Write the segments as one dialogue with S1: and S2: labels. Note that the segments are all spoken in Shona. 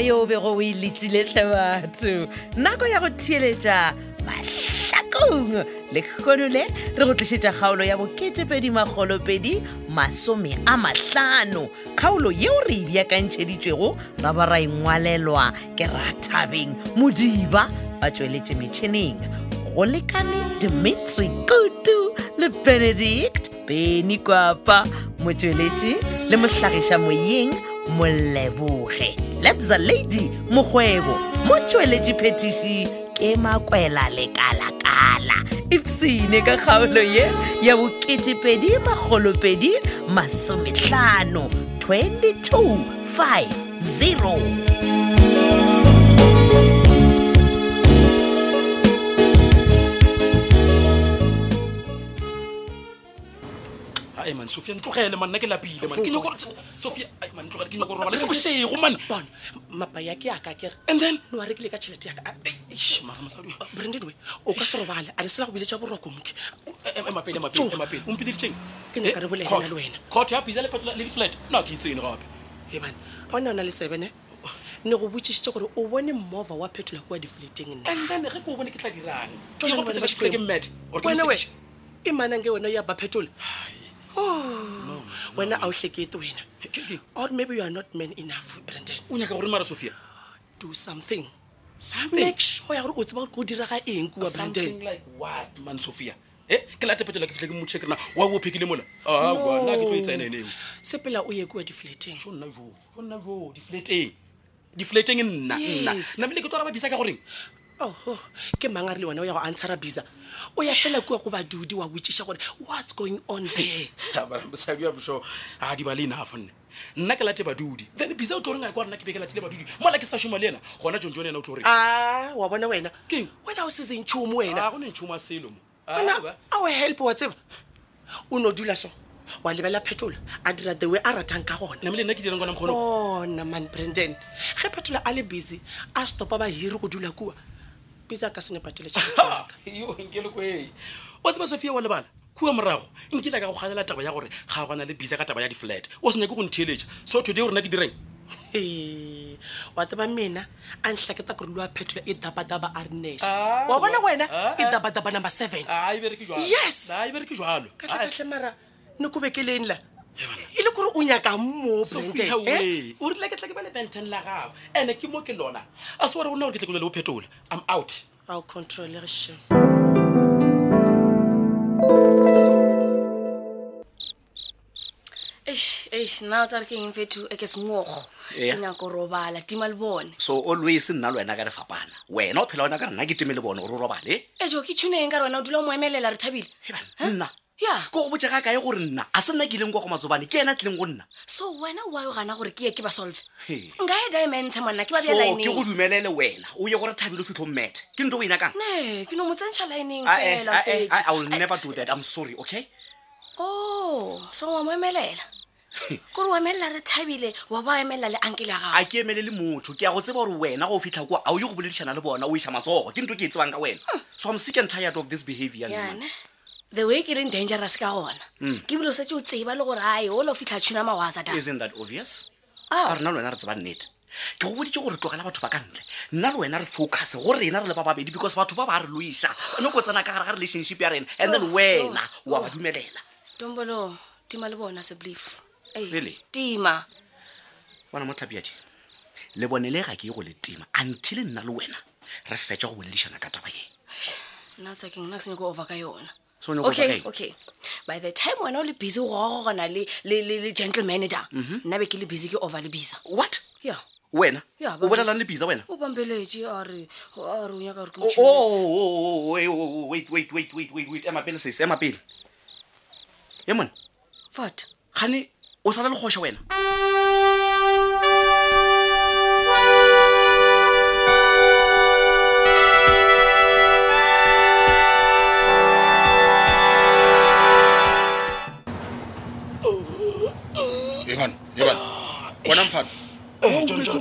S1: yeo bego o e letiletlhe batho nako ya go theeletša mahlakong le kgonole re go tlišetša kgaolo ya bo2edimagolopedi masome a mahlano kgaolo yeo re e bjakantšheditšwego ra ba ra engwalelwa ke rathabeng modiba ba tšweletše metšhineng go lekane dimitri kutu le benedict beny kwapa motsweletši le mohlagiša moyeng moleboge lebza lady mokgwebo motsweletši phetiši ke makwela lekala-kala ipsene ka kgaolo ye ya boketepedi magolopedi masomehlano 22 5 0
S2: ae man sophia ntlogele man nna ke lapile man ke nyako sophia ai man ntlogele ke nyako robala ke bošego man
S3: bona mapa ya ke yaka kere
S2: and then
S3: no a rekile ka tšhelete yaka
S2: Eish, mara mosadi
S3: branded we o ka se robale a re sela go bile tša boroko moke
S2: emapele
S3: Tsoga.
S2: emapele ompedišeng
S3: Ke nyaka re bolele le wena.
S2: Eh, court ya pisa lepetola le diflat nna ke itsene gape
S3: ebana gona o na le tsebene ne go botsišitše gore o bone mmova wa phetola kua difleteng nna
S2: and then ge ke o bone ke tla dirang ke
S3: Tšona
S2: go
S3: le bana
S2: phetola ke fihle ke
S3: ba Xikwembu.
S2: mat or ke
S3: wena we
S2: mosadi
S3: e manange wena o ya ba phetola wena a o tlekete wena
S2: Ke- ke-
S3: or maybe you are not man enough branden
S2: o nyaka gore mara sophia
S3: do something make sure ya gore o tseba gore ko diraga eng kua branden
S2: something like what man sophia e ke late phetola ke fihle ke motšhe kerena wa bophekile mola aa nna ke tlo e tsena ene eo
S3: sepela o ye kua difleteng
S2: so nna jo so nna jo difleteng difleteng nna nna
S3: Yes.
S2: namele ke tlo raba bisa ka goreng
S3: oho ke mang a re le wena o ya go antshara bisa o ya fela kua go badudi wa botsiša gore what's going on there
S2: mosadi wa boso a di ba le enafo nne nna ke late badudi then bisa o tlo reng a kwa rena ke bekelatile badudi mola ke sa šoma le ena gona jon jon ena o tlo reng
S3: a Ah, wa bona wena
S2: Keng?
S3: wena o seseng tšhomo wena
S2: a go ne ntšhoma selo e mo Ah,
S3: wena a o help wa tseba o ne o dula so wa lebelela phetola a dira the way a ratang ka gona
S2: namele nna ke direng gona mokgono
S3: bona man branden ge phetola a le busy a stopa bahiri go dula kua busy a ka se nepatele tšhelete
S2: nkelekoe o tseba sofia wa lebala kua morago nkile ka go galela taba ya gore ga gona le bisa ka taba ya di-flat o se nyake go ntheeletša so today o rena ke direng
S3: Hey, wa taba mina a nhleketa ku ri lowa phetola i e dabadaba a ri nexe
S2: Ah,
S3: wa vona
S2: wa-
S3: wena
S2: ah,
S3: i
S2: ah.
S3: dabadaba number seven
S2: e
S3: Yes.
S2: yes bereke jalo
S3: kahlekahle mara ni ku vekeleni la i le ku ri u nyaka
S2: Sophia,
S4: eh?
S3: mmobrenden
S2: we. eh, o rile ke tla ke ba le benten la gago ande ke mo ke lona a se ore gona gore ke tlekolole go phetola i'm out
S3: a wu controle rexen
S4: eish nna tsa re ke eng fetho e ke semoogo
S5: Yeah.
S4: ke nyako robala tima le bone
S5: so always nna le wena ka re fapana wena o phela wena ka re nna ke teme le bone gore o robale
S4: e jo ke tshuneng ka re wena o dula o mo emelela re thabile
S5: Hebanna, nna
S4: Yeah.
S5: ke go botse ga kae gore nna a se nna ke ileng kwa go matsobane ke ena a tlileng go nna
S4: so wena wa yo gana gore ke ye ke ba solve
S5: He.
S4: nka e diamantshe monna ke ba
S5: so
S4: bea
S5: ke
S4: lineng
S5: go dumelele wena o ye gore thabile o fitlho mmete ke nto o e nyakang
S4: ne ke no mo tsentšha lineng
S5: Ae,
S4: fela
S5: ae, ae, i will
S4: Fethu.
S5: never do that i'm sorry okay
S4: o Oh, so wa mo emelela kore wa emelela re thabile wa ba emelela le ankele ya gago
S5: a ke emelele motho ke ya go tseba gore wena go o fitlha kwa a o ye go boledišana le bona o iša matsogo ke nto ke e tsebang ka wena so i'm sick and tired of this behavior nna.
S4: yana the way ke leng dangerous ka gona
S5: Hmm.
S4: ke bile o setse o tseba le gore ae ola o fitlha tshuna mawasa da
S5: isn't that obvious
S4: Ah.
S5: a rena le wena re tseba nnete ke go boditse gore tlogela batho ba ka ntle nna le wena re focuse go rena re le ba babedi because batho ba ba re loisa ne ko tsena ka gare ga relationship ya rena and then
S4: Oh,
S5: wena
S4: oh,
S5: wa
S4: oh.
S5: ba dumelela
S4: tombolo tima le bona sebelief
S5: Really?
S4: tima
S5: bona motlhapiadi le bone le ga ke ye go le tima until nna le wena re fetsa go boledišana ka taba e
S4: nna tsakeng nna ke senyako over ka yona
S5: So o nyaka over
S4: okay
S5: ka eng?
S4: okay by the time wena o le busy o gogogana le le- le le gentleman da
S5: Mhm.
S4: nna be ke le busy ke over le bisa
S5: what
S4: ya
S5: wena
S4: Yeah,
S5: o
S4: ba-
S5: bolelang le bisa wena
S4: o bambeletše a re a re o nyaka gore ke
S5: Oh,
S4: motho-
S5: oh, oh, oh, wait, oh, wait, wait, wait, wait, wait, wait, ema pele sese ema pele e mone
S4: what
S5: gane o sala le kgoša wena
S6: eban eban bona mfana
S2: Eh,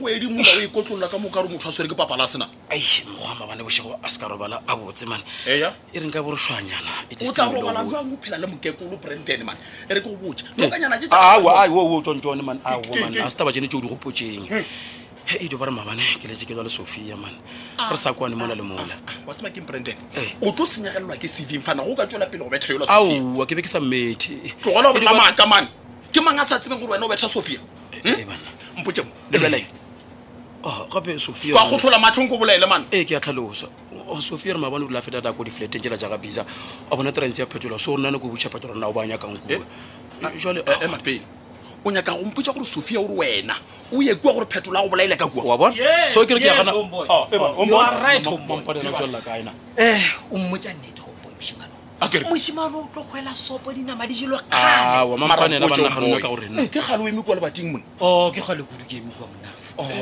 S6: oedi mola o ikotlolola ka moka re motho a swere ke papa la sena
S2: ai mokgwa mabane bošego a se ka robala a botse mane
S6: Eya.
S2: e reng ka boroswanyana
S6: o tla robala jang o phela le mokekolo branden man e re ke go botse nokanyana
S2: Ah, awa awo wo tsontsone man awo
S6: Ke- Hmm. ke-
S2: man
S6: ke-
S2: a se taba tsene tseo di gopotseng he edo ba re maabane ke letse ke lwa le sophia mane re sa kwane mola le mola
S6: wa tseba keng branden
S2: Eh.
S6: o tlo senyagelelwa ke cv fana go ka tswela pele go betha yola sophia
S2: aowa ke be ke sa mmethe
S6: tlogela go lamaaka mane ke mang a sa tsebeng gore wena o betha sophia
S2: Eh, eh, bana.
S6: mpotsemo lebeleng
S2: Ah, gape sophia
S6: sekwa go tlhola matlhong ko bolaele mane
S2: ee ke a tlhalosa O- sophia re maabane o dula a feta dako difleteng tsela jaaka bisa a bona trance ya phetola so o nna ne ko butšha phetola na o ba nyakang kua jale
S6: Eh, eh, mapele o nyaka go mpotsa gore sophia ore wena o ye kua gore phetola go bolaele ka
S2: wa
S6: kua
S2: bona so ke Ah, re ke agana eh,
S7: um o mmotsa nnete gombo mosimane
S6: A ke re-
S7: mosimane o tlo kgwela sopo dinama di jelo
S2: Ah, wa mampanela banna ga nna ka gore nna
S6: eh, ke gale o eme kua lebating mone
S7: o ke kgale kudu ke eme kwa mona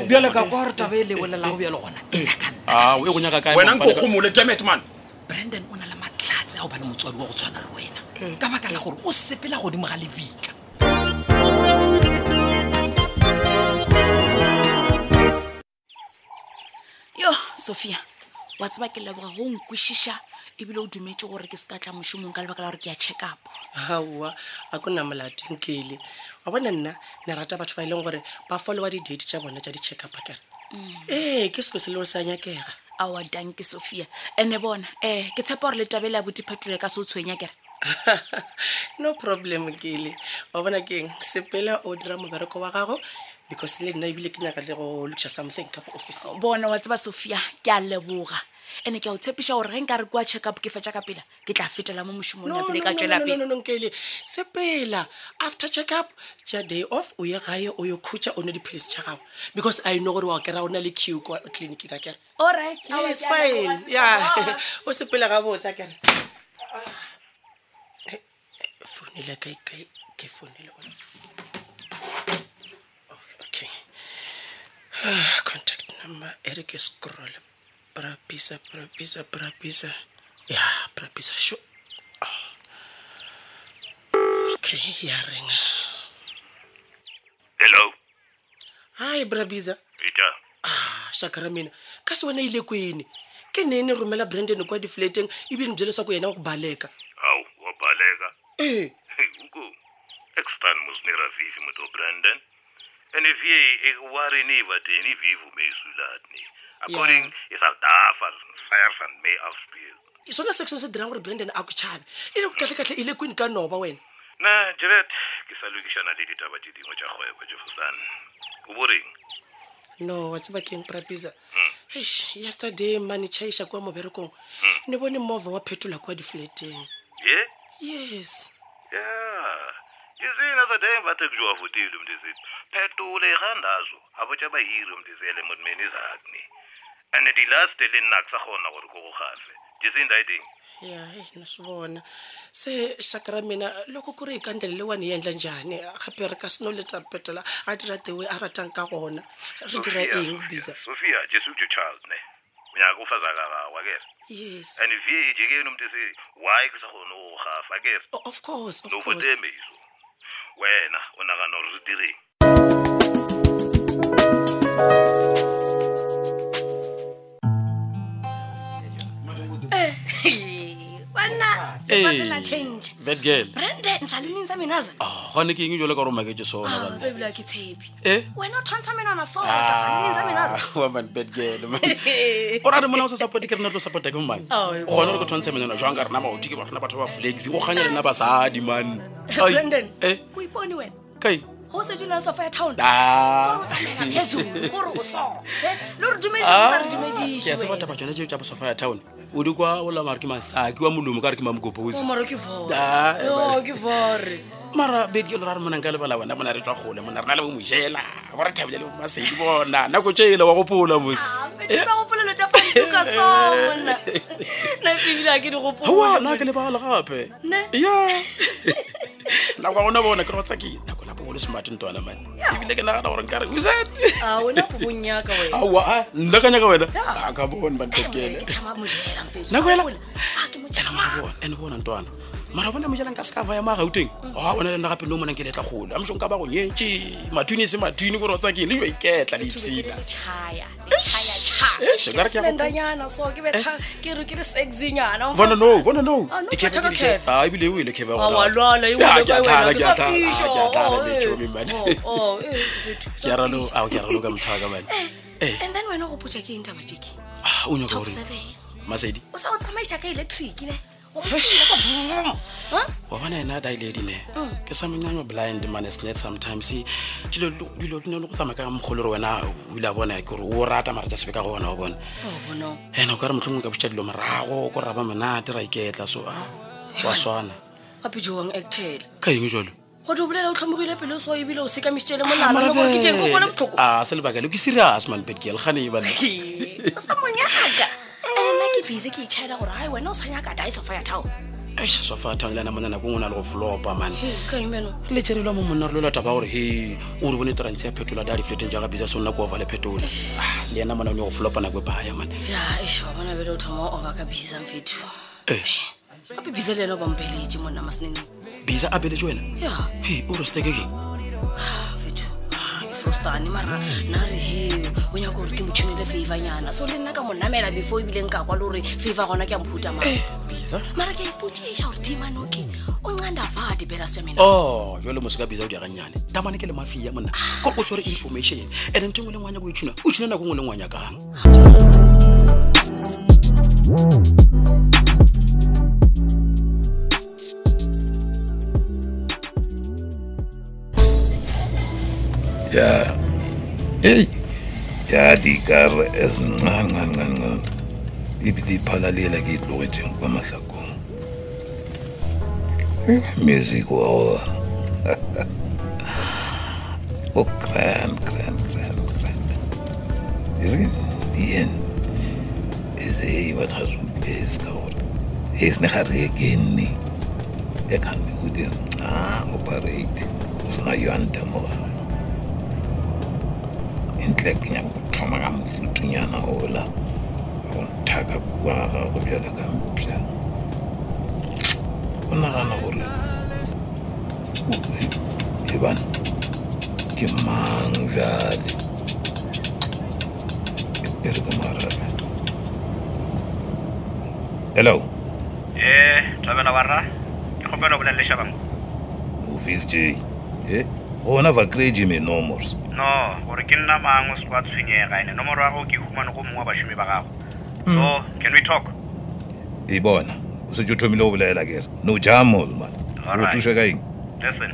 S7: bjale ka kwa gore taba e lebelela go bjalo gona e nyaka nna
S2: Ah, e go nyaka kae
S6: wena nko
S2: mampanela?
S6: gomole damet man
S7: brandon o na le matlhatse a go ba le motswadi wa go tshwana le wena ka baka la gore o sepela godimo ga lebitla
S4: yo sophia wa tseba ke leboga go nkwešiša ebile o dumetse gore ke se ka tla mošomong ka lebaka la gore ke ya check up
S3: gaowa a ko nna molateng ke ele wa bona nna ne rata batho ba e leng gore ba followa di-date tša bona tša di-checkup kere
S4: Mm.
S3: ee ke selo se le gore sa nyakega
S4: aowa danke sophia ande bona um ke tshepa gore le tabele ya botiphetole ka e se o tshwenya kere
S3: no problem kele wa bona keng sepela o dira mobereko wa gago because le nna ebile ke nyaka le go lutšha something ka mo officing
S4: bona wa tseba sophia ke a leboga ande ke a o tshepiša gore ge nka re kua check up ke fetša ka pela ke tla fetela mo mošomong ya pele ka tswela pele
S3: nonkele sepela after check up ja day off o ye gae o yo khutša o nwe dipilisi tša gago because i know gore wa kera o na le q kwa clinic ka kere
S4: Alright, aowa,
S3: yes
S4: ke a leboga,
S3: fine
S4: sister.
S3: ya
S4: Bye.
S3: o sepela gabotsa kere Eh, founile kaekae ke founile ona okay Ah, contact number e re ke scroll brapisa brapisa brapisa ya brapisa sho Ah. okay ya renga
S8: hello
S3: hi brabisa
S8: peter
S3: ah shakara mina kasi wena ile kwini ke nene rhumela brandon kwa difleteng ivi ni byele swa ku yena wa ku baleka
S8: hawu wabaleka
S3: e
S8: uku ekusitani muzinera vivi muto brandon ene vie ekuwarini vateni vivu meizulatni according isadafa fire van may afspiel
S3: swona section se dirang gore brandon a ku chavi ile ku kahlekahle ile kwini ka nhova wena
S8: na jelet ke salokešana le ditaba tše dingwe tša kgwebo jefosane o boreng
S3: no wa tseba keng brabisa eish yesterday mane chaiša kwa moberekong ni vone movha wa phetola kwa difleteng
S8: ye
S3: yes
S8: ya izina sademvathe kujuwavutile mntizithi phetule irhandazo abotsha bahiri mntizele motmeni izakni ande dilaste le nna kusakhona gore ko gogafe ndisindayiding
S3: ya hei, na swi vona se xaka ra mina loko ku ri hi kandlela leyiwani hi endla njhani gape ri ka sino leta phetola a dira tiwe a ratang ka gona ri dira eng bisa
S8: sophia jesu child ne unyaka ufazakakawa ke
S3: yes
S8: and vie ijekeni umntisi waye kusakhona ukurhafa ke
S4: Oh,
S3: O- of course of course
S8: novotembiso wena unakanorizitiring
S4: banna
S2: Eh,
S4: lepasela change
S2: that girl
S4: branden salemeng sa menasa
S2: Ah, gane ke eng jalo ka gore maketse sona banna.
S4: ebile ke tshepi
S2: Eh?
S4: wena o thwantsha menana soa salemeng Ah, sa menasa
S2: Ah, o ra re mona o sa support ke rena tlo support ke mmane
S4: Oh, e
S2: gona re ke tshwantshe menena jwang ka rena baoti ke ba rena batho ba flex go kganya lena basadi mane Ai,
S4: branden
S2: eh,
S4: o ipone wena
S2: kai
S4: go sedina sofa ya town
S2: Ah.
S4: Kore o tsamaya phezulu, kore o so, eh? le gore
S2: Ah,
S4: dumediša
S2: ke a se
S4: sa re dumediše
S2: bataba tsone teo tsa bosofa ya town o di kwa o lamare ke masaki wa molomo ka re ke mamokoposi
S4: maro ke vore
S2: Ah, eh,
S4: yo ke vore
S2: mara bedikelo ra re monang ka lebala wena mona re tswa gole mona re na le bo mojela go re thabile le bo masedi bona nako tse ele wa gopola mos Eh?
S4: sa gopolelo tsa fantuka so monna nna ebile a e ke di
S2: Hawa, nna ke
S4: gopole
S2: lebala gape
S4: Ne?
S2: ya nako ya gona bona ke re batsaki nako la bogolo smarten twana mane ebile ke nagana gore nkare uset
S4: a wena popong yaka wena
S2: aa nna ka nyaka wena Ah, ka bone bantekele
S4: ke tšhaba mojela mfetso.
S2: Nako yela.
S4: Ah, ke mojela mara.
S2: bona ande bona ntwana mara bona mojalang ka seka vaya magauteng
S4: Mm.
S2: a bona le nna gape no monang ke letla golo a mosong ka ba go nyetse mathuni e se mathuni gore o tsa keng le jwa iketla
S4: Ke be ke
S2: leipsina
S4: le tšhaya, le tšhaya, tšhaya.
S2: Eish,
S4: Ke
S2: ka re ke a
S4: re
S2: gopola.
S4: selendanyana so ke be tšha- ke re ke le sexynyana.
S2: Eh. bona no bona no
S4: Ah, no,
S2: E khefe
S4: kgetha ka
S2: ke dikhefe.
S4: khefe.
S2: Ah, ebile o ele khefe ya
S4: Ah,
S2: gona.
S4: wa lwala, e
S2: Ah,
S4: wele
S2: ke a
S4: ka
S2: tlala, ke
S4: wena,
S2: a
S4: ke sa
S2: tlala, ah,
S4: fiša.
S2: ke a tlala,
S4: Oh, eh.
S2: metšhomi, man.
S4: Oh, oh, eh, mfetho,
S2: Ke
S4: sa
S2: a ralo-
S4: fiša.
S2: ah, ke a raloka mothaka mane Eh.
S4: and then wena go potsa ke eng taba jeke
S2: Ah, o nyaka
S4: top
S2: gore
S4: seven
S2: masedi
S4: o sa o tsamaisa ka electric ne O mo tlohela ka vroom. Ha?
S2: wa bona ena dialedi ne
S4: Mm.
S2: ke sa menyanyo blind manesnet sometimes dilo dilo di ne le go tsamaya ka mogolo re wena o ile a bona kore o rata mara ja sebe ka gona o bona
S4: Oh, bono.
S2: ande o ka re motlhongwe ka botsa dilo morago ko raba monate ra iketla so a wa swana
S4: gape joang actela
S2: ka eng jalo
S4: gode o bolela o tlhomogile pele o so ebile o sekamisitele
S2: Mara
S4: molalo gore ke teng o bone
S2: bene.
S4: botlhoko
S2: Ah, se lebaka leo ke serious man betgale gane ba
S4: o sa monyaka ande nna ke busy ke itšhaela gore hai wena o sa nyaka dice of fire town
S2: aša sofa thang le ana mona nako ngwe o na le go flopa mane
S4: kaimeno
S2: le tšerelwa mo monna re lo lataba gore he o re bone transe ya phetola da difleteng jaaka bisa se o nna kofa le phetola Ah, le ena mona o ne go flopa nako e baya mane
S4: ya ese wa bona bele o thoma o ba ka busy sang fetho
S2: Eh.
S4: gape busy le ena o bampeletše monna maseneneng
S2: bisa a beletse wena
S4: ya
S2: he o restekeke
S4: fetho Ah, ke frostane mara nna re he o nyaka gore ke motšhonele favanyana so le nna ka monamela before ebileng ka kwa le gore favor gona ke a mphuta ma
S2: bisa
S4: mara ke a ipotsiša gore dimanoke o ncanda vadi bela semena
S2: o jalo mose ka bisa o diaganyane tamane ke le mafia monna kore o tshwere information and-e ntho ngwe le ngwanya ko itshuna e o tshuna nako ngwe le ngwanya kang
S9: ya eyi yadikare ezincancancancan ibile iphalalele ke idloketheng kwamahlakong music wawa o-grand grand grand grand ise dien ise eyi bathazumpesi ka gore esinegariekeni ekhambi kude ezincan operate usengayuandemogayo ntle ke nyaka go thoma ka mofutunyana ola go nthaka kua ga gago bjale ka mpša o nagana gore ebane ke mang bjale e re ke marabe hello
S8: ee tlhabela warra ke kgopela o bolelele shabang
S9: office j e gona vacrage me nomors
S8: no gore ke nna mang o se kwa tshwenyega ene nomoro ya gago ke e humane go mongwe wa bašomi ba gago so can we talk
S9: e bona o setse o thomile go bolela kere no jamol man o
S8: Alright.
S9: thuše ka eng
S8: listen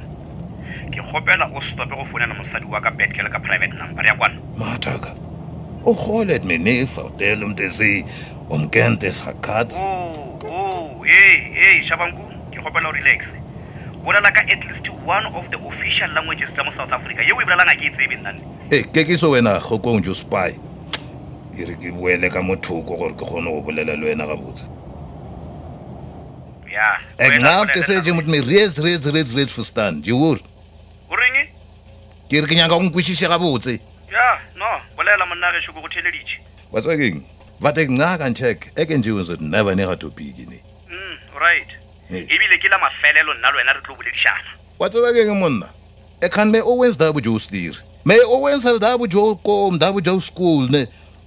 S8: ke kgopela o stope go founela mosadi wa ka betke le ka private number ya kwana
S9: mathaka urholet menefa utele umntu esi umkente sakhatsi
S8: Oh, oh, hey, hey, shabangu ke kgopela o relax bolela ka at least one of the official languages tsa mo south africa yeo e bolelang a ke e tsebe nnane
S9: e kekiso wena gokong jo spy e re ke boele ka mothoko gore ke kgone go bolela le wena gabotse
S8: ya
S9: Eh, eknamte seje motho me reets reets reets reets fostan jeor
S8: o reng e?
S9: ke re ke nyaka go nkwešiše gabotse
S8: ya no bolela monna gešo ke go theleditše
S9: wa tswa keng vate ncaka ncheck eke nje onse never nega topiki ne
S8: Mm, right
S9: Ee.
S8: ebile ke la mafelelo nna le wena re tlo boledišana
S9: wa tseba keng monna ekgan me owens dabo jo sleri me owens dabo jo kom dabo jo school ne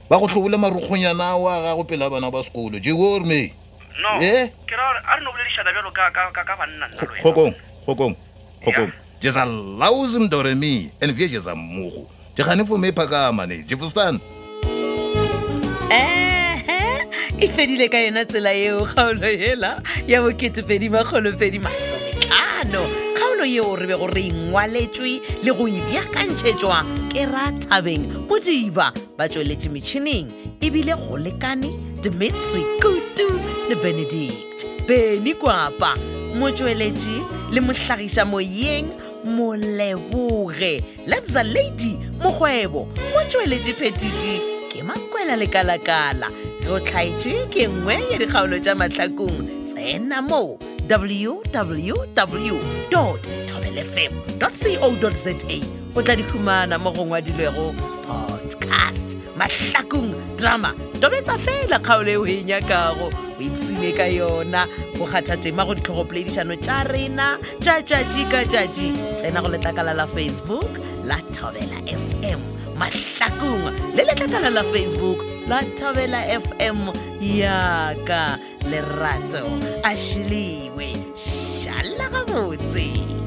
S9: ba go tlhobola marokgonyana ao a gago pela bana ba sekolo jeor me Eh?
S8: no
S9: Ee.
S8: ke ra gore a re no boledišana bjalo ka- ka ka- ka banna nna le wena.
S9: kgokong kgokong kgokong
S8: Yeah.
S9: jeza lausem doremi and vye jeza mmogo jegane fome phakamane jefostan
S1: ehe e fedile ka yona tsela eo kgaolo ela ya boketepedi makgolopedi masometlhano kgaolo yeo re be gore engwaletswe le go ebjakantšhetšwa ke ra thabeng modiba ba tsweletše metšhineng ebile go lekane dimitri kutu le benedict beny kwapa motsweletši le mohlagiša moyeng moleboge lebza lady mokgwebo mo tsweletše phetiši ke makwela lekalakala re o tlhaetswe ke nngwe ya dikgaolo tša mahlakong tsena mo www tobelfm co za o tla di humana mo gongwadilwego podcast mahlakong drama tobetsa fela kgaolo eo e nyakago o ipsine ka yona go kgatha tema go ditlhogopoledišano tša rena tša tšatši ka tšatši tsena go letlakala la facebook la thobela fm mahlakong le letlakala la facebook la thobela fm yaka lerato a šhiliwe šala gabotse